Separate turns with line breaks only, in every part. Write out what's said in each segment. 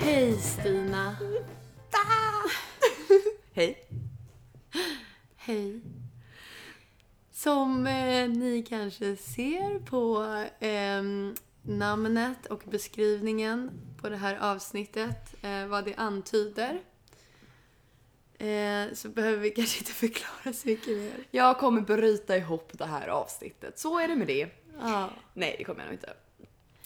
Hej Stina.
Hej.
Hej. Som eh, ni kanske ser på ehm, namnet och beskrivningen på det här avsnittet, eh, vad det antyder, eh, så behöver vi kanske inte förklara så mycket mer.
Jag kommer bryta ihop det här avsnittet. Så är det med det.
Ja,
Nej, det kommer jag nog inte.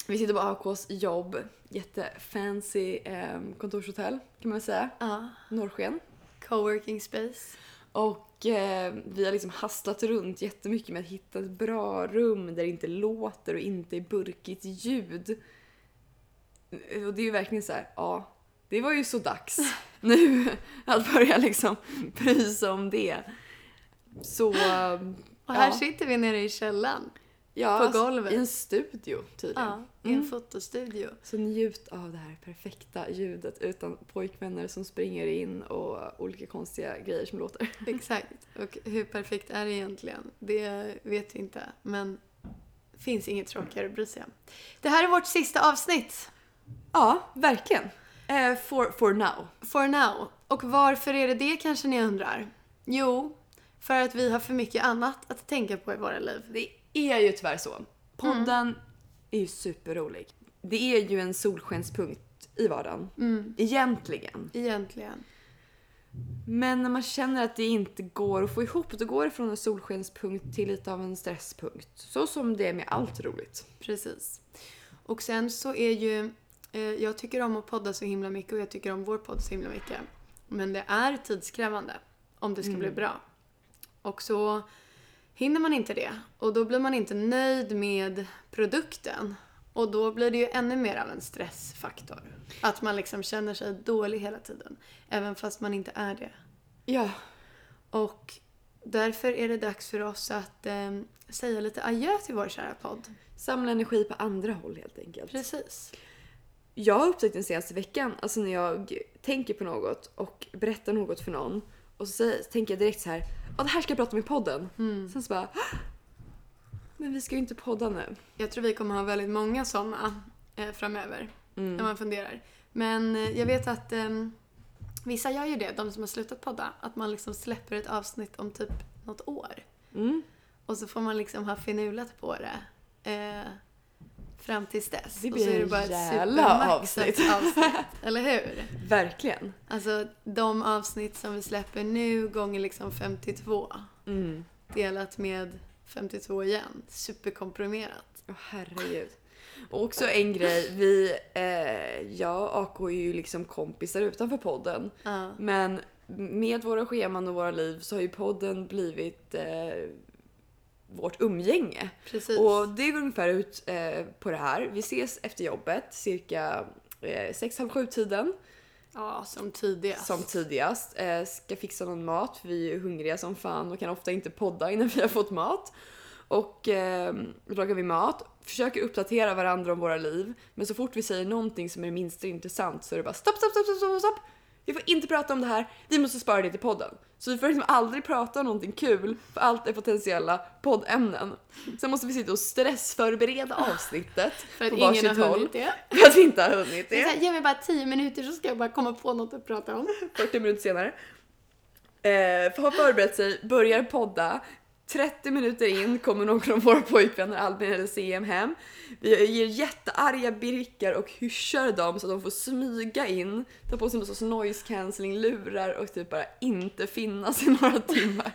Vi sitter på AKs jobb. Jättefancy eh, kontorshotell kan man väl säga.
ja.
Norrsken.
Coworking space.
Och eh, vi har liksom hastlat runt jättemycket med att hitta ett bra rum där det inte låter och inte är burkigt ljud. Och det är ju verkligen så här, ja, det var ju så dags nu att börja liksom bry sig om det. Så, eh,
Och här
Ja.
sitter vi nere i källaren.
ja,
På
alltså,
golvet.
i en studio tydligen.
Ja, i en
Mm.
fotostudio.
Så njut av det här perfekta ljudet utan pojkvänner som springer in och olika konstiga grejer som låter.
Exakt. Och hur perfekt är det egentligen? Det vet vi inte. Men finns inget tråkigare att bry sig om. Det här är vårt sista avsnitt.
Ja, verkligen. Eh, for, for now.
For now. Och varför är det det kanske ni undrar? Jo, för att vi har för mycket annat att tänka på i våra liv.
Det är ju tyvärr så. Podden är ju superrolig. Det är ju en solskenspunkt i vardagen.
Mm,
Egentligen.
egentligen.
Men när man känner att det inte går att få ihop, då går det från en solskenspunkt till lite av en stresspunkt. Så som det är med allt roligt.
Precis. Och sen så är ju... Eh, jag tycker om att podda så himla mycket och jag tycker om vår podd så himla mycket. Men det är tidskrävande om det ska bli bra. Och så hinner man inte det och då blir man inte nöjd med produkten. Och då blir det ju ännu mer av en stressfaktor. Att man liksom känner sig dålig hela tiden. Även fast man inte är det.
Ja,
Och därför är det dags för oss att eh, säga lite adjö till vår kära podd.
samla energi på andra håll helt enkelt.
Precis.
Jag har upptäckt den senaste veckan, alltså när jag tänker på något och berättar något för någon och så säger, tänker jag direkt så här, ja det här ska jag prata om i podden. Sen så bara, "Ah, men vi ska ju inte podda nu.
Jag tror vi kommer ha väldigt många sådana eh, framöver.
Mm.
När man funderar. Men eh, jag vet att ehm, vissa gör ju det, de som har slutat podda. Att man liksom släpper ett avsnitt om typ något år.
Mm.
Och så får man liksom ha finulat på det. Eh, fram tills dess.
Det
och så
blir
är det
en
bara ett
jävla
supermaxat
avsnitt.
avsnitt. Eller hur?
Verkligen.
Alltså de avsnitt som vi släpper nu gånger liksom 52.
Mm.
Delat med 52 igen. Superkomprimerat.
Åh, herregud. Och också en grej, vi, eh, jag och AK är ju liksom kompisar utanför podden.
Ja.
Men med våra scheman och våra liv så har ju podden blivit eh, vårt umgänge.
Precis.
Och det går ungefär ut eh, på det här. Vi ses efter jobbet cirka eh, sex, halv sju tiden
Ja, som tidigast.
som tidigast. Eh, ska fixa någon mat för vi är ju hungriga som fan och kan ofta inte podda innan vi har fått mat. Och eh, då lagar vi mat, försöker uppdatera varandra om våra liv. Men så fort vi säger någonting som är det minsta intressant så är det bara stopp, stopp, stopp, stopp, stopp, stopp. Vi får inte prata om det här. Vi måste spara det till podden. Så vi får liksom aldrig prata om någonting kul för allt är potentiella poddämnen. Sen måste vi sitta och stressförbereda avsnittet
För att
på
ingen har
varsitt håll.
hunnit det.
För att vi inte har hunnit
det är
det.
så här, ge mig bara 10 minuter så ska jag bara komma på något att prata om.
40 minuter senare. Eh, har förberett sig, börjar podda. 30 minuter in kommer någon av våra pojkvänner, Albin eller CM, hem. Vi ger jättearga blickar och hyschar dem så att de får smyga in, ta på sig någon sorts noise cancelling-lurar och typ bara inte finnas i några timmar.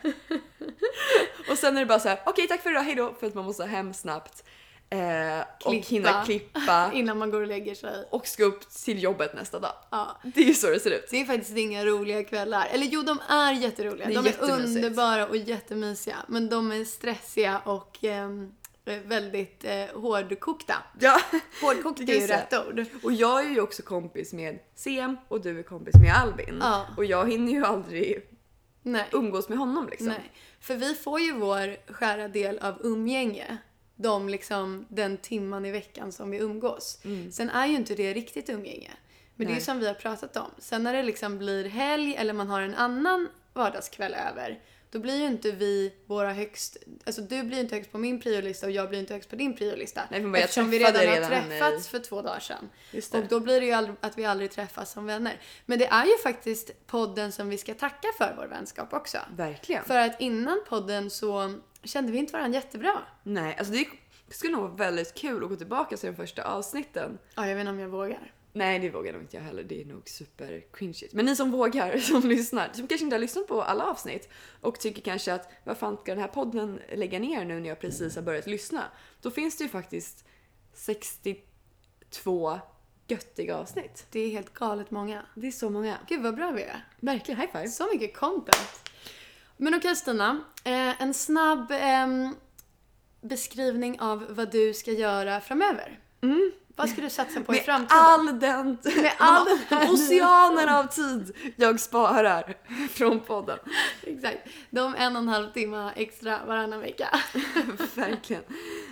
och sen är det bara så här: okej tack för idag, hejdå, för att man måste hem snabbt. Eh, och
Klippa.
hinna klippa
Innan man går och lägger sig.
och ska upp till jobbet nästa dag.
Ja.
Det är ju så det ser ut.
Det är faktiskt inga roliga kvällar. Eller jo, de är jätteroliga.
Det är
De är
jättemysigt.
underbara och jättemysiga. Men de är stressiga och ehm, eh, väldigt eh, hårdkokta.
Ja.
Hårdkokt
Det
är
kan
ju
jag säga.
rätt ord.
Och jag är ju också kompis med Sem och du är kompis med Albin.
Ja.
Och jag hinner ju aldrig
Nej.
umgås med honom liksom.
Nej, för vi får ju vår skära del av umgänge. De liksom, den timman i veckan som vi umgås. Sen är ju inte det riktigt umgänge. Men det är
Mm. Nej.
ju som vi har pratat om. Sen när det liksom blir helg eller man har en annan vardagskväll över. Då blir ju inte vi våra högst... Alltså du blir ju inte högst på min priolista och jag blir inte högst på din priolista.
Nej, för bara, jag
eftersom vi redan
träffade
har
redan henne i-
träffats för två dagar sedan.
Just det.
Och då blir det ju aldrig, att vi aldrig träffas som vänner. Men det är ju faktiskt podden som vi ska tacka för vår vänskap också.
Verkligen.
För att innan podden så kände vi inte varandra jättebra.
Nej, alltså det skulle nog vara väldigt kul att gå tillbaka till de första avsnitten.
Ja, jag vet inte om jag vågar.
Nej, det vågar nog inte jag heller. Det är nog super cringeigt. Men ni som vågar, som lyssnar, som kanske inte har lyssnat på alla avsnitt och tycker kanske att vad fan ska den här podden lägga ner nu när jag precis har börjat lyssna? Då finns det ju faktiskt 62 göttiga avsnitt.
Det är helt galet många.
Det är så många.
Gud vad bra vi är.
Verkligen, high five.
Så mycket content. Men okej Stina, eh, en snabb ehm, beskrivning av vad du ska göra framöver. Vad ska du satsa på i
Med
framtiden?
all den... Med
all
oceaner av tid jag sparar från podden.
Exakt. De en och en halv timme extra varannan vecka.
Verkligen.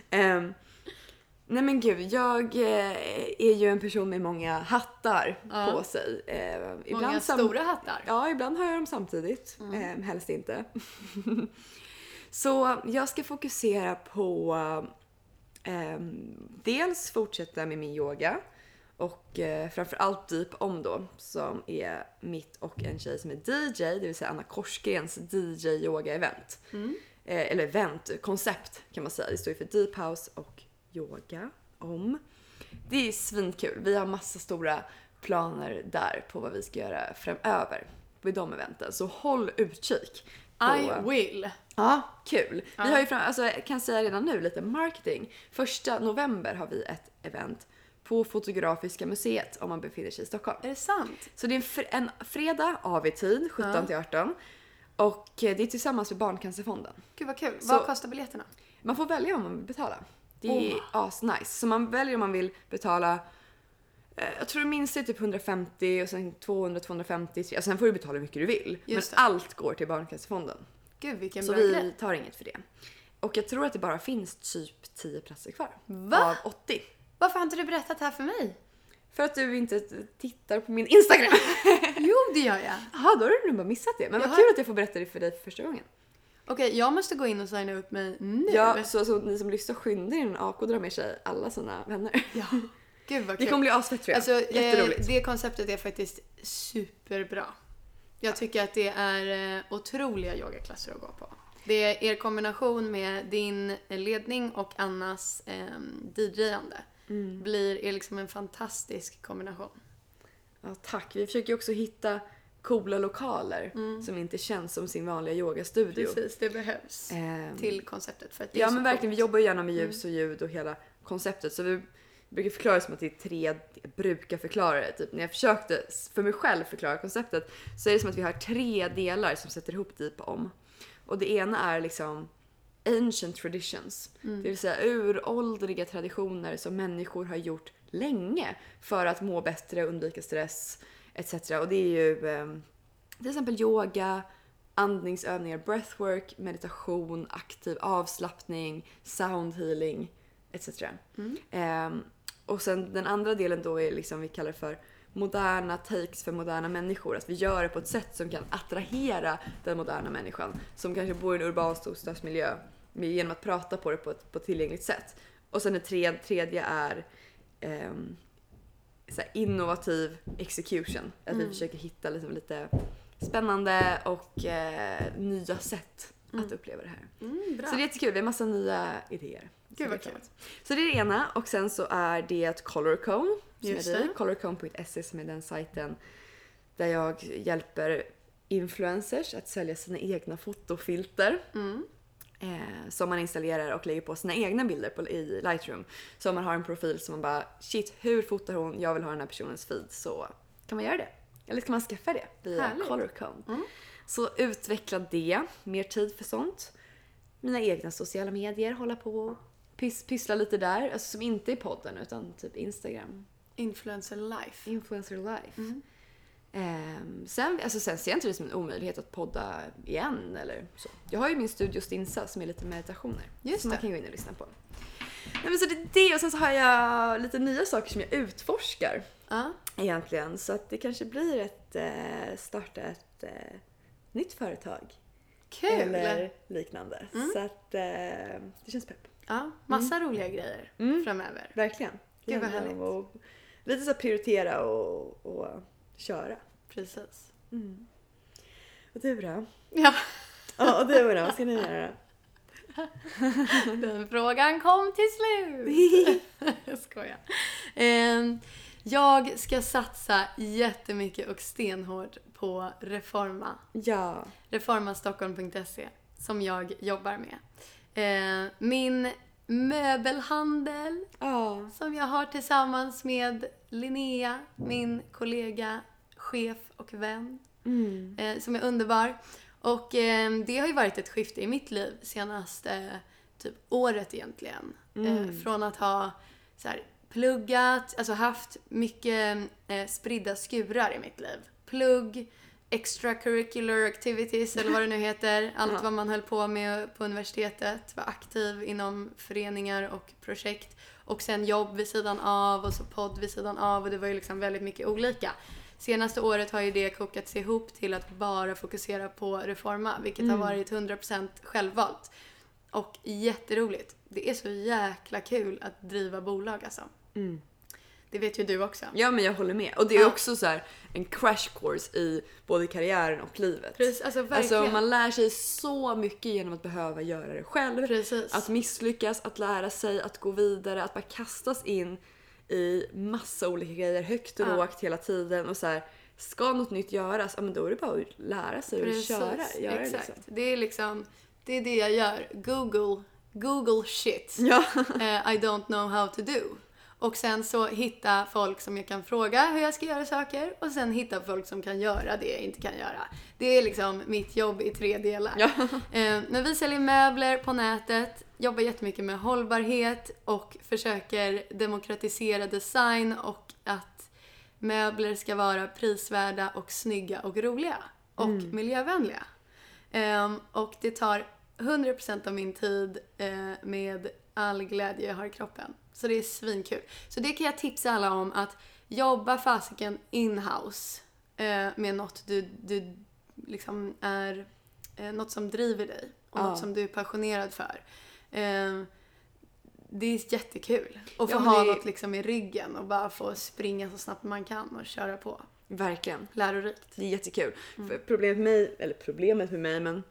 Ehm, nej men gud, jag eh, är ju en person med många hattar
Ja.
på sig. Ehm,
Många
sam-
stora Mm. hattar.
Ja, ibland har jag dem samtidigt. Ehm, helst inte. Så jag ska fokusera på ehm, dels fortsätta med min yoga och eh, framförallt Deep Om då som är mitt och en tjej som är DJ, det vill säga Anna Korsgrens DJ-yoga-event. Eh, eller event, koncept kan man säga. Det står ju för Deep House och yoga om. Det är svinkul. Vi har massa stora planer där på vad vi ska göra framöver vid de eventen. Så håll utkik. på-
I will.
Ja, kul. Vi har ju fram, alltså, jag kan säga redan nu lite marketing. Första november har vi ett event på Fotografiska museet om man befinner sig i Stockholm.
Är det sant?
Så det är en, fr- en fredag av i tid, 17 till 18. Och eh, det är tillsammans med Barncancerfonden.
Gud vad kul.
Så-
Vad kostar biljetterna?
Man får välja om man vill betala. Det är asnice. Så man väljer om man vill betala eh, jag tror det minsta är typ 150 och sen 200, 250, 300. alltså, Sen får du betala hur mycket du vill. Men
Just det.
allt går till Barncancerfonden.
Gud vilken
Så
bra
vi
grej.
tar inget för det. Och jag tror att det bara finns typ 10 platser kvar.
Va?
Av 80.
Varför har inte du berättat det här för mig?
För att du inte tittar på min Instagram.
Jo, det gör jag.
Jaha, då har du nog bara missat det. Men vad
Jaha.
kul att jag får berätta det för dig för första gången.
Okej, jag måste gå in och signa upp mig nu.
Ja, så, så ni som lyssnar skynda er innan AK drar med sig alla sina vänner.
Ja. Gud vad
Det
kul.
kommer bli asfett tror jag.
alltså,
Jätteroligt.
eh, det konceptet är faktiskt superbra. Jag tycker att det är eh, otroliga yogaklasser att gå på. Det är er kombination med din ledning och Annas eh, DJ-ande
Mm.
blir är liksom en fantastisk kombination.
Ja, tack. Vi försöker ju också hitta coola lokaler som inte känns som sin vanliga yogastudio.
Precis, det behövs
Ehm,
till konceptet för att det är
ja
så
men verkligen, vi
coolt. Mm.
jobbar ju gärna med ljus och ljud och hela konceptet. Så vi brukar förklara det som att det är tre, jag brukar förklara det. Typ, när jag försökte s- för mig själv förklara konceptet så är det som att vi har tre delar som sätter ihop Deep Om. Och det ena är liksom ancient traditions.
Mm.
Det vill säga uråldriga traditioner som människor har gjort länge för att må bättre, undvika stress etc. Och det är ju ehm, till exempel yoga, andningsövningar, breathwork, meditation, aktiv avslappning, soundhealing etc. Ehm, och sen den andra delen då är liksom vi kallar för moderna takes för moderna människor. Att vi gör det på ett sätt som kan attrahera den moderna människan som kanske bor i en urban storstadsmiljö med- genom att prata på det på ett, på ett tillgängligt sätt. Och sen det tre- tredje är ehm, så här innovativ execution. Att vi försöker hitta liksom lite spännande och eh, nya sätt att uppleva det här.
Mm, bra.
Så det är jättekul, vi har massa nya idéer.
Gud, vad kul.
Så det är det ena och sen så är det ett color cone som
Just
jag driver.
det.
Colorcone.se E, som är den sajten där jag hjälper influencers att sälja sina egna fotofilter.
Mm.
Eh, som man installerar och lägger på sina egna bilder på, i Lightroom. Så om man har en profil som man bara shit hur fotar hon? Jag vill ha den här personens feed. Så kan man göra det. Eller så kan man skaffa det via
Härligt.
Colorcone. Så utveckla det, mer tid för sånt. Mina egna sociala medier, hålla på och pys- pyssla lite där. Alltså som inte är podden utan typ Instagram.
Influencer life. Mm.
Influencer life. Ehm, sen, alltså, sen ser jag inte det som en omöjlighet att podda igen eller så. Jag har ju min studio Stinsa som är lite meditationer.
Just
som man
det.
kan gå in och lyssna på. Nej, men så det är det och sen så har jag lite nya saker som jag utforskar
Ja.
egentligen. Så att det kanske blir ett eh, starta ett eh, nytt företag
Kul! Mm.
eller liknande. Så att eh, det känns pepp.
Ja, massa roliga grejer
Mm.
framöver.
Verkligen. Det
Gud, vad
handlar om att Lite så här prioritera och, och köra.
Precis.
Mm. Och du då?
Ja,
Ja, och du då? Vad ska ni göra då?
den frågan kom till slut! jag skojar. Ehm, jag ska satsa jättemycket och stenhårt på Reforma.
Ja.
reformastockholm.se som jag jobbar med. Eh, min möbelhandel
Ja.
som jag har tillsammans med Linnea, min kollega, chef och vän,
Mm.
eh, som är underbar. Och eh, det har ju varit ett skifte i mitt liv senaste typ året egentligen. Eh, från att ha så här, pluggat, alltså haft mycket eh, spridda skurar i mitt liv. Plugg, extracurricular activities eller vad det nu heter. Allt vad man höll på med på universitetet. Var aktiv inom föreningar och projekt. Och sen jobb vid sidan av och så podd vid sidan av och det var ju liksom väldigt mycket olika. Senaste året har ju det kokats ihop till att bara fokusera på Reforma vilket
Mm.
har varit 100% självvalt. Och jätteroligt. Det är så jäkla kul att driva bolag alltså. Det vet ju du också.
Mm. Ja, men jag håller med. Och det är också så här en crash course i både karriären och livet.
Precis, alltså verkligen.
Alltså man lär sig så mycket genom att behöva göra det själv.
Precis.
Att misslyckas, att lära sig, att gå vidare, att bara kastas in i massa olika grejer högt och
Ja.
lågt hela tiden och så här. Ska något nytt göras, ja men då är det bara att lära sig och
Precis,
köra. Göra det
exakt.
liksom.
Det är liksom, det är det jag gör. Google, Google shit.
Ja.
Eh, I don't know how to do. Och sen så hitta folk som jag kan fråga hur jag ska göra saker och sen hitta folk som kan göra det jag inte kan göra. Det är liksom mitt jobb i tre delar.
Ja.
Eh, men vi säljer möbler på nätet, jobbar jättemycket med hållbarhet och försöker demokratisera design och att möbler ska vara prisvärda och snygga och roliga och miljövänliga. Ehm, och det tar 100% av min tid eh, med all glädje jag har i kroppen. Så det är svinkul. Så det kan jag tipsa alla om att jobba fasiken in-house eh, med något du, du liksom är, eh, något som driver dig och
Ja.
något som du är passionerad för. Ehm, det är jättekul. Och få
Ja, men
ha
det-
något liksom i ryggen och bara få springa så snabbt man kan och köra på.
Verkligen.
Lärorikt.
Det är jättekul.
Mm.
För problemet med mig, eller problemet med mig men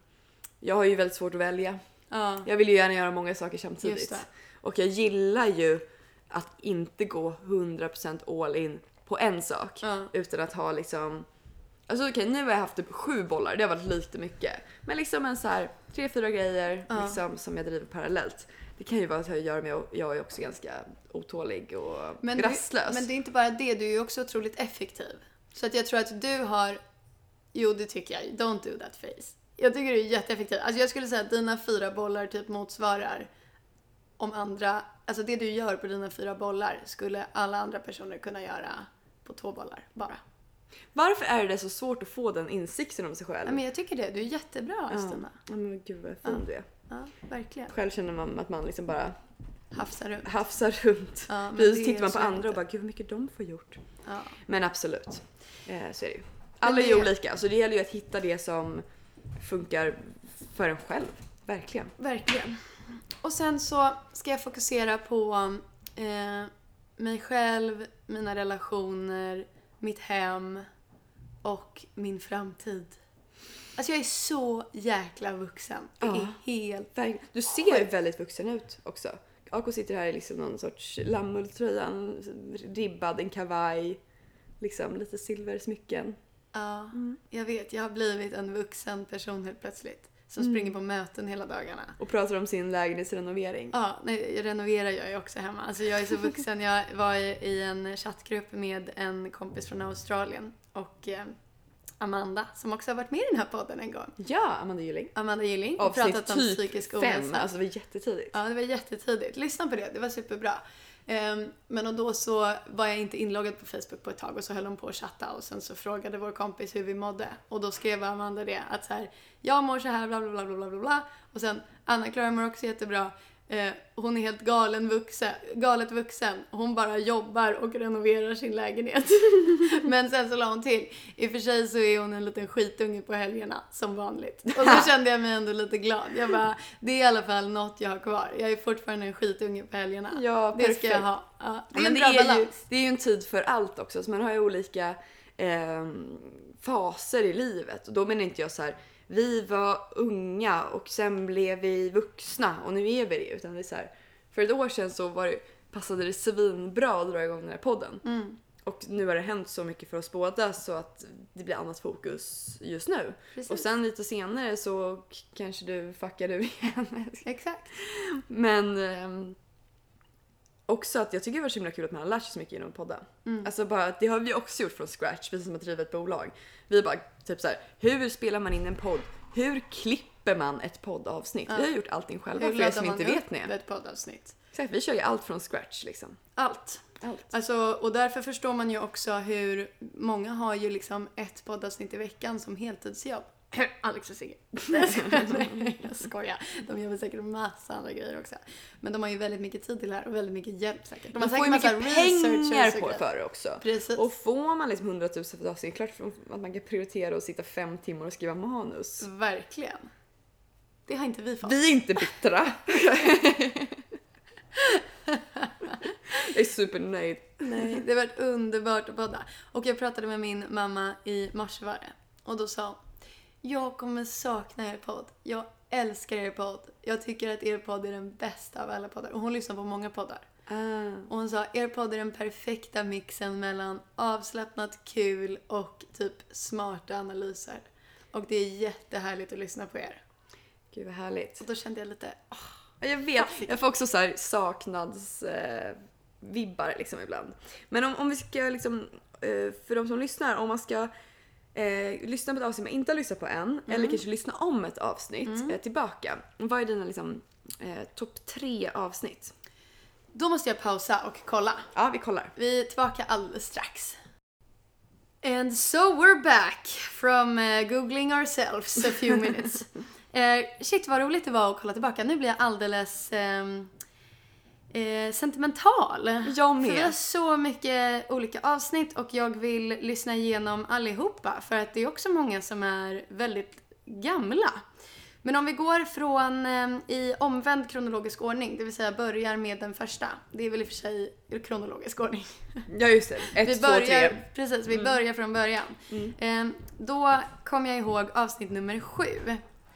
jag har ju väldigt svårt att välja.
Ja.
Jag vill ju gärna göra många saker samtidigt.
Just det.
Och jag gillar ju att inte gå 100% all in på en sak.
Ja.
Utan att ha liksom... Alltså okej, nu har jag haft typ sju bollar, det har varit lite mycket. Men liksom en så här tre, fyra grejer
Ja.
liksom, som jag driver parallellt. Det kan ju vara att jag gör med, jag är också ganska otålig och
Men, du,
rastlös.
men det är inte bara det, du är ju också otroligt effektiv. Så att jag tror att du har... Jo, det tycker jag. Don't do that face. Jag tycker du är jätteeffektiv. Alltså jag skulle säga att dina fyra bollar typ motsvarar om andra... Alltså det du gör på dina fyra bollar skulle alla andra personer kunna göra på två bollar bara.
Varför är det så svårt att få den insikten om sig själv?
Ja, men jag tycker det. Du är jättebra,
Ja.
Stina.
Ja, men gud vad fin du är.
Ja, verkligen.
Själv känner man att man liksom bara
Hafsar runt.
hafsar runt.
Ja, men
Precis,
det
så
är
tittar man
så
på andra och
inte.
bara gud vad mycket de får gjort.
Ja.
Men absolut, eh, så är det ju. Alla är ju
det-
olika så det gäller ju att hitta det som funkar för en själv. Verkligen.
Verkligen. Och sen så ska jag fokusera på eh, mig själv, mina relationer, mitt hem och min framtid. Alltså jag är så jäkla vuxen. Det
Ja.
är helt...
Verkligen. Du ser ju väldigt vuxen ut också. Ako sitter här i liksom någon sorts lammulltröja, en ribbad, en kavaj, liksom lite silversmycken.
Ja,
Mm.
jag vet. Jag har blivit en vuxen person helt plötsligt. Som
Mm.
springer på möten hela dagarna.
Och pratar om sin lägenhetsrenovering.
Ja, nej, jag renoverar gör jag också hemma. Alltså jag är så vuxen. Jag var i, i en chattgrupp med en kompis från Australien och eh, Amanda som också har varit med i den här podden en gång.
Ja, Amanda Gylling.
Amanda Gilling och
Avsnitt
pratat om
typ
psykisk
fem,
ohälsa.
alltså det var jättetidigt.
Ja, det var jättetidigt. Lyssna på det, det var superbra. Ehm, Men och då så var jag inte inloggad på Facebook på ett tag och så höll hon på att chatta och sen så frågade vår kompis hur vi mådde och då skrev Amanda det att så här, jag mår så här bla bla bla bla bla bla, bla och sen Anna-Klara mår också jättebra. Eh, Hon är helt galen vuxen, galet vuxen. Hon bara jobbar och renoverar sin lägenhet. Men sen så la hon till, i och för sig så är hon en liten skitunge på helgerna som vanligt. Och då kände jag mig ändå lite glad. Jag bara, det är i alla fall något jag har kvar. Jag är fortfarande en skitunge på helgerna.
Ja,
Det
perfekt.
ska jag ha. Ja, det
Ja,
är
men
en
det,
bra
är ju,
balans.
det är ju en tid för allt också, så man har ju olika ehm, faser i livet. Och då menar inte jag så här, vi var unga och sen blev vi vuxna och nu är vi det. Utan det är så här, för ett år sedan så var det, passade det svinbra att dra igång den här podden.
Mm,
Och nu har det hänt så mycket för oss båda så att det blir annat fokus just nu.
precis.
Och sen lite senare så k- kanske du fuckar du igen.
Exakt.
Men ehm, också att jag tycker det var så himla kul att man har lärt sig så mycket genom att podda.
Mm.
Alltså bara att det har vi också gjort från scratch, vi som har drivit ett bolag. Vi bara typ så här, hur spelar man in en podd? Hur klipper man ett poddavsnitt?
Ja.
Vi har gjort allting själva
Hur
för er
laddar
som
man
inte
upp
vet det.
ett poddavsnitt?
Exakt, vi kör ju allt från scratch liksom.
Allt.
Allt.
Alltså, och därför förstår man ju också hur många har ju liksom ett poddavsnitt i veckan som heltidsjobb. Alex och Sigge. Nej, jag skojar. De jobbar säkert massa andra grejer också. Men de har ju väldigt mycket tid till det här och väldigt mycket hjälp säkert.
Man
har
får ju
säkert
mycket
massa researchers och
pengar på
grejer.
för det också.
Precis.
Och får man liksom 100 000 för ett avsnitt, klart att man kan prioritera att sitta fem timmar och skriva manus.
Verkligen. Det har inte vi fått.
Vi är inte bittra. jag är supernöjd.
Nej, det har varit underbart att podda. Och jag pratade med min mamma i mars var det. Och då sa hon, jag kommer sakna er podd. Jag älskar er podd. Jag tycker att er podd är den bästa av alla poddar. Och hon lyssnar på många poddar.
Ah,
Och hon sa, er podd är den perfekta mixen mellan avslappnat kul och typ smarta analyser. Och det är jättehärligt att lyssna på er.
Gud vad härligt.
Och då kände jag lite, "Åh,
Ja, Jag vet, jag får också så här saknads... Eh, vibbar liksom ibland. Men om, om vi ska liksom, eh, för de som lyssnar, om man ska eh, lyssna på ett avsnitt man inte har lyssnat på än, eller kanske lyssna om ett avsnitt eh, tillbaka. Vad är dina liksom, eh, topp tre avsnitt?
då måste jag pausa och kolla.
Ja, vi kollar.
Vi är tillbaka alldeles strax. And so we're back from eh, googling ourselves a few minutes. Eh, shit vad roligt det var att kolla tillbaka. Nu blir jag alldeles ehm, eh, sentimental.
Jag
För vi har
med.
så mycket olika avsnitt och jag vill lyssna igenom allihopa för att det är också många som är väldigt gamla. Men om vi går från eh, i omvänd kronologisk ordning, det vill säga börjar med den första. Det är väl i och för sig kronologisk ordning.
Ja, just det. Ett,
Vi
två, tre. Mm.
börjar, precis, vi börjar från början. Eh, Då kom jag ihåg avsnitt nummer sju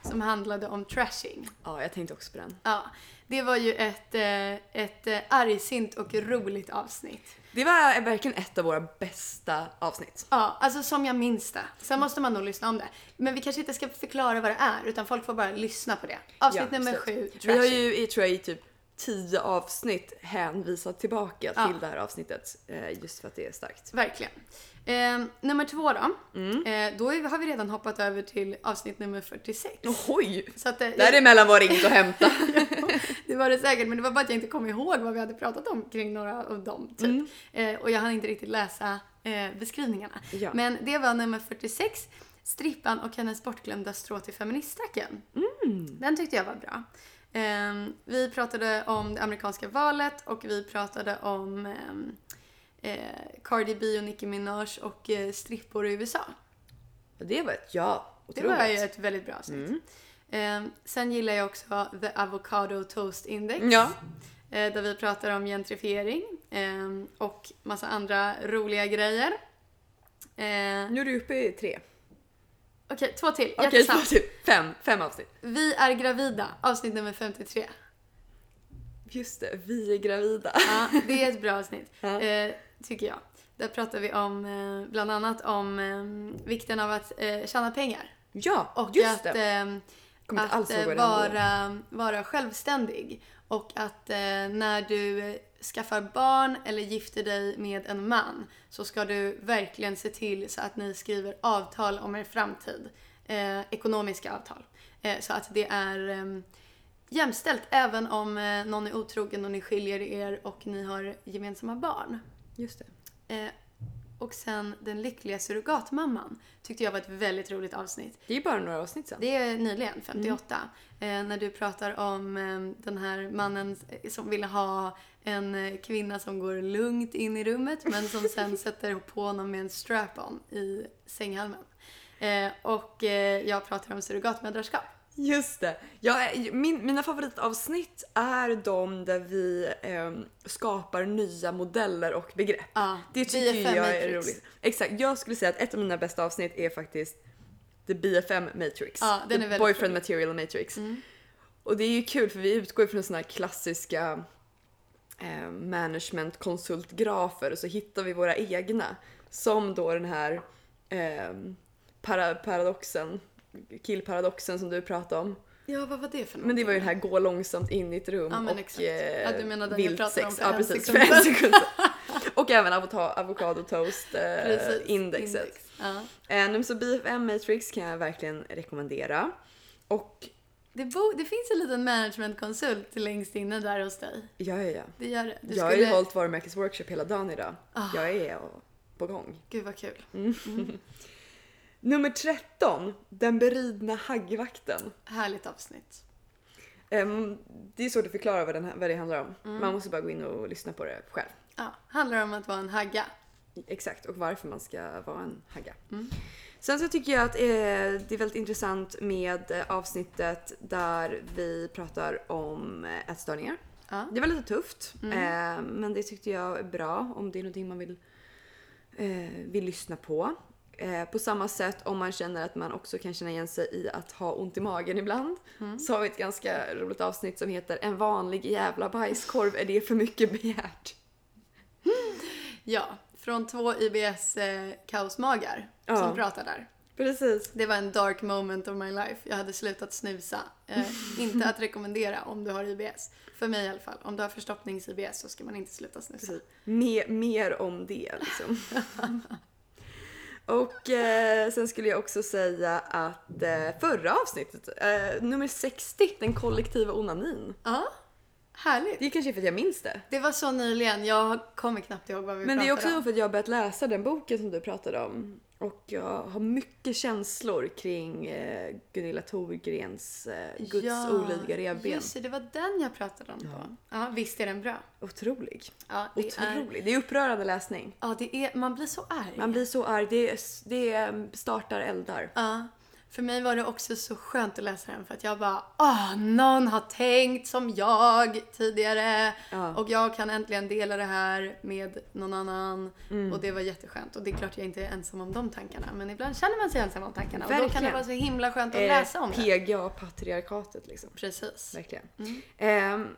som handlade om trashing.
Ja, jag tänkte också på den.
Ja, det var ju ett, eh, ett eh, argsint och roligt avsnitt.
Det var verkligen ett av våra bästa avsnitt.
Ja, alltså som jag minns det. Sen måste man nog lyssna om det. Men vi kanske inte ska förklara vad det är, utan folk får bara lyssna på det. Avsnitt
Ja,
nummer
absolut.
sju,
Vi har
trashing.
ju i, tror jag, i typ tio avsnitt hänvisat tillbaka
Ja.
till det här avsnittet eh, just för att det är starkt.
Verkligen. Eh, nummer två då.
Mm.
Eh, då är- har vi redan hoppat över till avsnitt nummer 46.
Oh. Oj!
Så att, eh,
Däremellan var det inget att hämta.
Det var det säkert, men det var bara att jag inte kom ihåg vad vi hade pratat om kring några av dem. Typ.
Mm.
Eh, och jag hann inte riktigt läsa eh, beskrivningarna.
Ja.
Men det var nummer 46, Strippan och hennes bortglömda strå till feministracken.
Mm.
Den tyckte jag var bra. Eh, vi pratade om det amerikanska valet och vi pratade om ehm, eh, Cardi B och Nicki Minaj och eh, strippor i USA.
Det var ett ja.
Det
Otroligt. Mm.
var ju ett väldigt bra avsnitt. Eh, sen gillar jag också The Avocado Toast Index.
Ja.
Eh, där vi pratar om gentrifiering eh, och massa andra roliga grejer. Eh,
Nu är du uppe i tre.
Okej, två till.
Okej, två
Jättesnabbt.
till. Fem. Fem avsnitt.
Vi är gravida, avsnitt nummer 53.
Just det, vi är gravida.
Ja, det är ett bra avsnitt,
Ja.
eh, tycker jag. Där pratar vi om, eh, bland annat om eh, vikten av att eh, tjäna pengar.
Ja,
Och
just
att,
det.
eh,
Kommer inte alls
att eh,
ihåg vad den var.
vara, vara självständig. Och att eh, när du eh, skaffar barn eller gifter dig med en man så ska du verkligen se till så att ni skriver avtal om er framtid. Eh, ekonomiska avtal. Eh, så att det är eh, jämställt även om eh, någon är otrogen och ni skiljer er och ni har gemensamma barn.
Just det.
Eh, och sen den lyckliga surrogatmamman tyckte jag var ett väldigt roligt avsnitt.
Det är bara några avsnitt sen.
Det är nyligen, 58,
Mm.
eh, när du pratar om eh, den här mannen eh, som ville ha en eh, kvinna som går lugnt in i rummet men som sen sätter på honom med en strap-on i sänghalmen. Eh, och eh, jag pratar om surrogatmödraskap.
Just det. Jag, är- min, mina favoritavsnitt är de där vi ehm, skapar nya modeller och begrepp.
Ah,
Det tycker
BFM
jag är
Matrix.
roligt. Exakt, jag skulle säga att ett av mina bästa avsnitt är faktiskt The BFM Matrix.
Ja, den är
The
väldigt
Boyfriend Material Matrix.
Mm.
Och det är ju kul för vi utgår från sådana här klassiska eh, managementkonsultgrafer och så hittar vi våra egna. Som då den här eh, para, paradoxen, killparadoxen som du pratade om.
Ja, vad var det för något?
Men det var ju den här gå långsamt in i ett rum
Ja, men
och eh,
exakt. Ja, du menar den jag
vilt
pratade om
sex.
för
Ja
en
precis,
sekund
för en sekund sedan. Och även avota- avokadotoast-indexet.
Precis,
Eh, indexet.
index. Ja.
Eh, nej, men så BFM Matrix kan jag verkligen rekommendera. Och
Det, bo, det finns en liten managementkonsult längst inne där hos dig.
ja, ja, ja.
Det gör det. Du
jag har ju
skulle-
hållit varumärkesworkshop hela dagen idag.
Ah.
Jag är och- på gång.
Gud vad kul.
Nummer 13, Den beridna haggvakten.
Härligt avsnitt.
Ehm, det är svårt att förklara vad, den, här- vad det handlar om.
Mm.
Man måste bara gå in och lyssna på det själv.
Ja, handlar om att vara en hagga.
Exakt, och varför man ska vara en hagga. Sen så tycker jag att eh, det är väldigt intressant med eh, avsnittet där vi pratar om eh, ätstörningar.
Ja.
Det var lite tufft, eh, men det tyckte jag är bra om det är någonting man vill, eh, vill lyssna på. Eh, på samma sätt om man känner att man också kan känna igen sig i att ha ont i magen ibland. Så har vi ett ganska roligt avsnitt som heter En vanlig jävla bajskorv, är det för mycket begärt?
Ja, från två IBS-kaosmagar
Ja.
eh, som pratar där.
Precis.
Det var en dark moment of my life. Jag hade slutat snusa. Eh, inte att rekommendera om du har IBS. För mig i alla fall. Om du har förstoppnings-IBS så ska man inte sluta snusa.
Mer, mer om det liksom. Och eh, sen skulle jag också säga att eh, förra avsnittet, eh, nummer 60, den kollektiva onanin.
Ja, härligt.
Det är kanske är för att jag minns det.
Det var så nyligen. Jag kommer knappt ihåg vad vi
Men det
pratade
är också
om.
för att jag har börjat läsa den boken som du pratade om. Och jag har mycket känslor kring eh, Gunilla Thorgrens eh, Guds olydiga revben.
Just det, det var den jag pratade om då. Ja, visst är den bra?
Otrolig.
Ja, det är...
Otrolig. Det är upprörande läsning.
Ja, det är... Man blir så arg.
Man blir så arg. Det, är- det startar eldar.
Ja. För mig var det också så skönt att läsa den för att jag bara Åh, någon har tänkt som jag tidigare
Ja.
och jag kan äntligen dela det här med någon annan.
Mm.
Och det var jätteskönt. Och det är klart jag inte är ensam om de tankarna men ibland känner man sig ensam om tankarna och då kan det
Verkligen. Eh,
vara så himla skönt att läsa om det. Mm.
PGA-patriarkatet liksom.
Precis.
Verkligen. Ehm,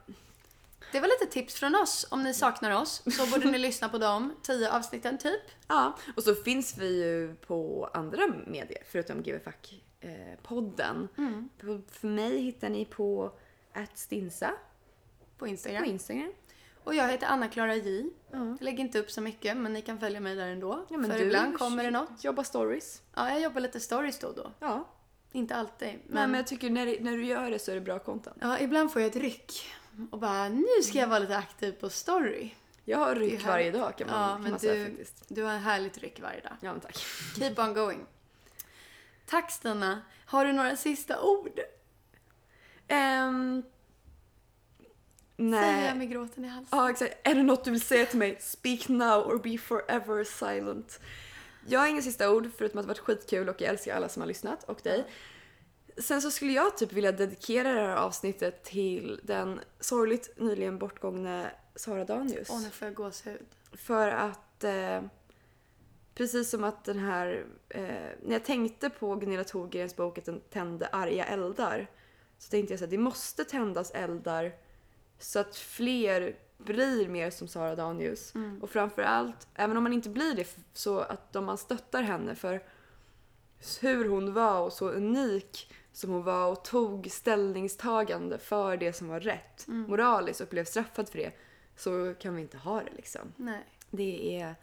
Det var lite tips från oss. Om ni saknar oss så borde ni lyssna på de tio avsnitten typ.
ja, och så finns vi ju på andra medier förutom Give a Fuck, eh, podden.
Mm.
På- För mig hittar ni på @stinsa
På
på
Instagram.
Instagram.
Och jag heter Anna-Klara J.
Ja.
Jag lägger inte upp så mycket men ni kan följa mig där ändå.
Ja, men
För
du
ibland kommer det något.
Jobba stories.
Ja, jag jobbar lite stories då och då.
Ja.
Inte alltid.
Men, Nej,
Men,
men jag tycker när, det- när du gör det så är det bra content.
ja, ibland får jag ett ryck och bara nu ska jag vara lite aktiv på story.
Jag har
Det är
ryck
härligt.
varje dag kan man,
Ja,
kan
men
man säga
du,
faktiskt.
du har en härligt ryck varje dag.
Ja men tack.
Keep on going. Tack Stina. Har du några sista ord?
Ehm,
Säger
nej.
jag med gråten i halsen.
Ja, exakt. Är det något du vill säga till mig? Speak now or be forever silent. Jag har inga sista ord förutom att det varit skitkul och jag älskar alla som har lyssnat och dig. Sen så skulle jag typ vilja dedikera det här avsnittet till den sorgligt nyligen bortgångne Sara Danius.
Åh, nu får jag gåshud.
För att eh, precis som att den här, eh, när jag tänkte på Gunilla Thorgrens bok att den tände arga eldar så tänkte jag så här, det måste tändas eldar så att fler blir mer som Sara Danius. Och framförallt, även om man inte blir det, så att de man stöttar henne för hur hon var och så unik som hon var och tog ställningstagande för det som var rätt moraliskt och blev straffad för det så kan vi inte ha det liksom.
Nej.
Det är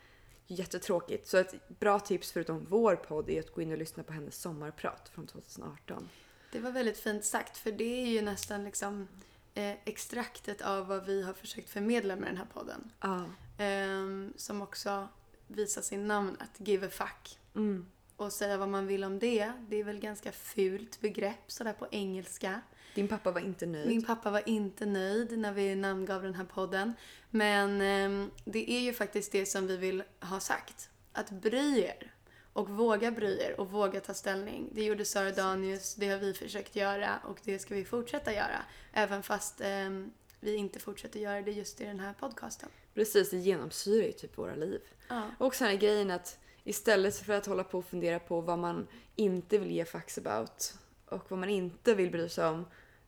jättetråkigt. Så ett bra tips förutom vår podd är att gå in och lyssna på hennes sommarprat från 2018.
Det var väldigt fint sagt för det är ju nästan liksom eh, extraktet av vad vi har försökt förmedla med den här podden.
Ja.
Ehm, som också visar sin namn att give a fuck.
Mm.
Och säga vad man vill om det, det är väl ganska fult begrepp sådär på engelska.
Din pappa var inte nöjd.
Min pappa var inte nöjd när vi namngav den här podden. Men ehm, det är ju faktiskt det som vi vill ha sagt. Att bry er. Och våga bry er och våga ta ställning. Det gjorde Sara Danius, det har vi försökt göra och det ska vi fortsätta göra. Även fast ehm, vi inte fortsätter göra det just i den här podcasten.
Precis, det genomsyrar ju typ våra liv.
Ja.
Och sen är grejen att istället för att hålla på och fundera på vad man inte vill ge fax about och vad man inte vill bry sig om.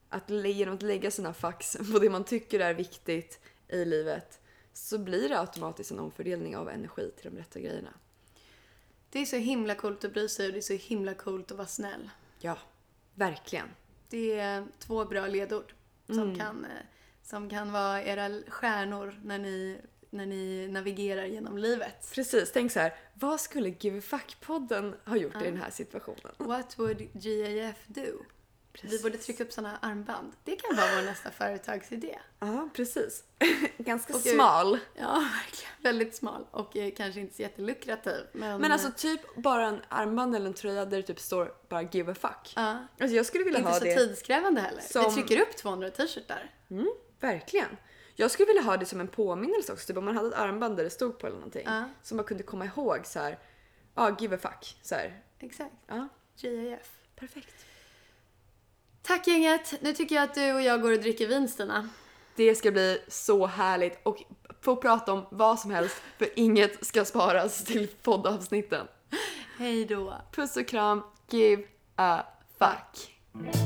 Att lä- genom att lägga sina fax på det man tycker är viktigt i livet så blir det automatiskt en omfördelning av energi till de rätta grejerna.
Det är så himla coolt att bry sig och det är så himla coolt att vara snäll.
Ja, verkligen.
Det är två bra ledord som, kan, eh, som kan vara era stjärnor när ni, när ni navigerar genom livet.
Precis, tänk så här. Vad skulle Give a Fuck-podden ha gjort i den här situationen?
What would GAF do? Vi
Precis.
borde trycka upp sådana armband. Det kan vara vår nästa företagsidé.
Ja, precis. Ganska
Och jag-
smal.
Ja, verkligen. Väldigt smal och eh, kanske inte så jättelukrativ. Men, eh,
Men alltså typ bara en armband eller en tröja där det typ står bara give a fuck.
Ja.
Alltså jag skulle vilja
Inte
ha
så
det.
tidskrävande heller. Vi
som-
trycker upp 200 t-shirtar.
Mm, verkligen. Jag skulle vilja ha det som en påminnelse också. Typ om man hade ett armband där det stod på eller någonting.
Ja.
Som man kunde komma ihåg så här. Ja, give a fuck. Så här.
Exakt.
Ja,
GAF.
perfekt.
Tack gänget! Nu tycker jag att du och jag går och dricker vin Stina.
Det ska bli så härligt och få prata om vad som helst för inget ska sparas till poddavsnitten.
Hej då!
Puss och kram, give a fuck.
Fuck.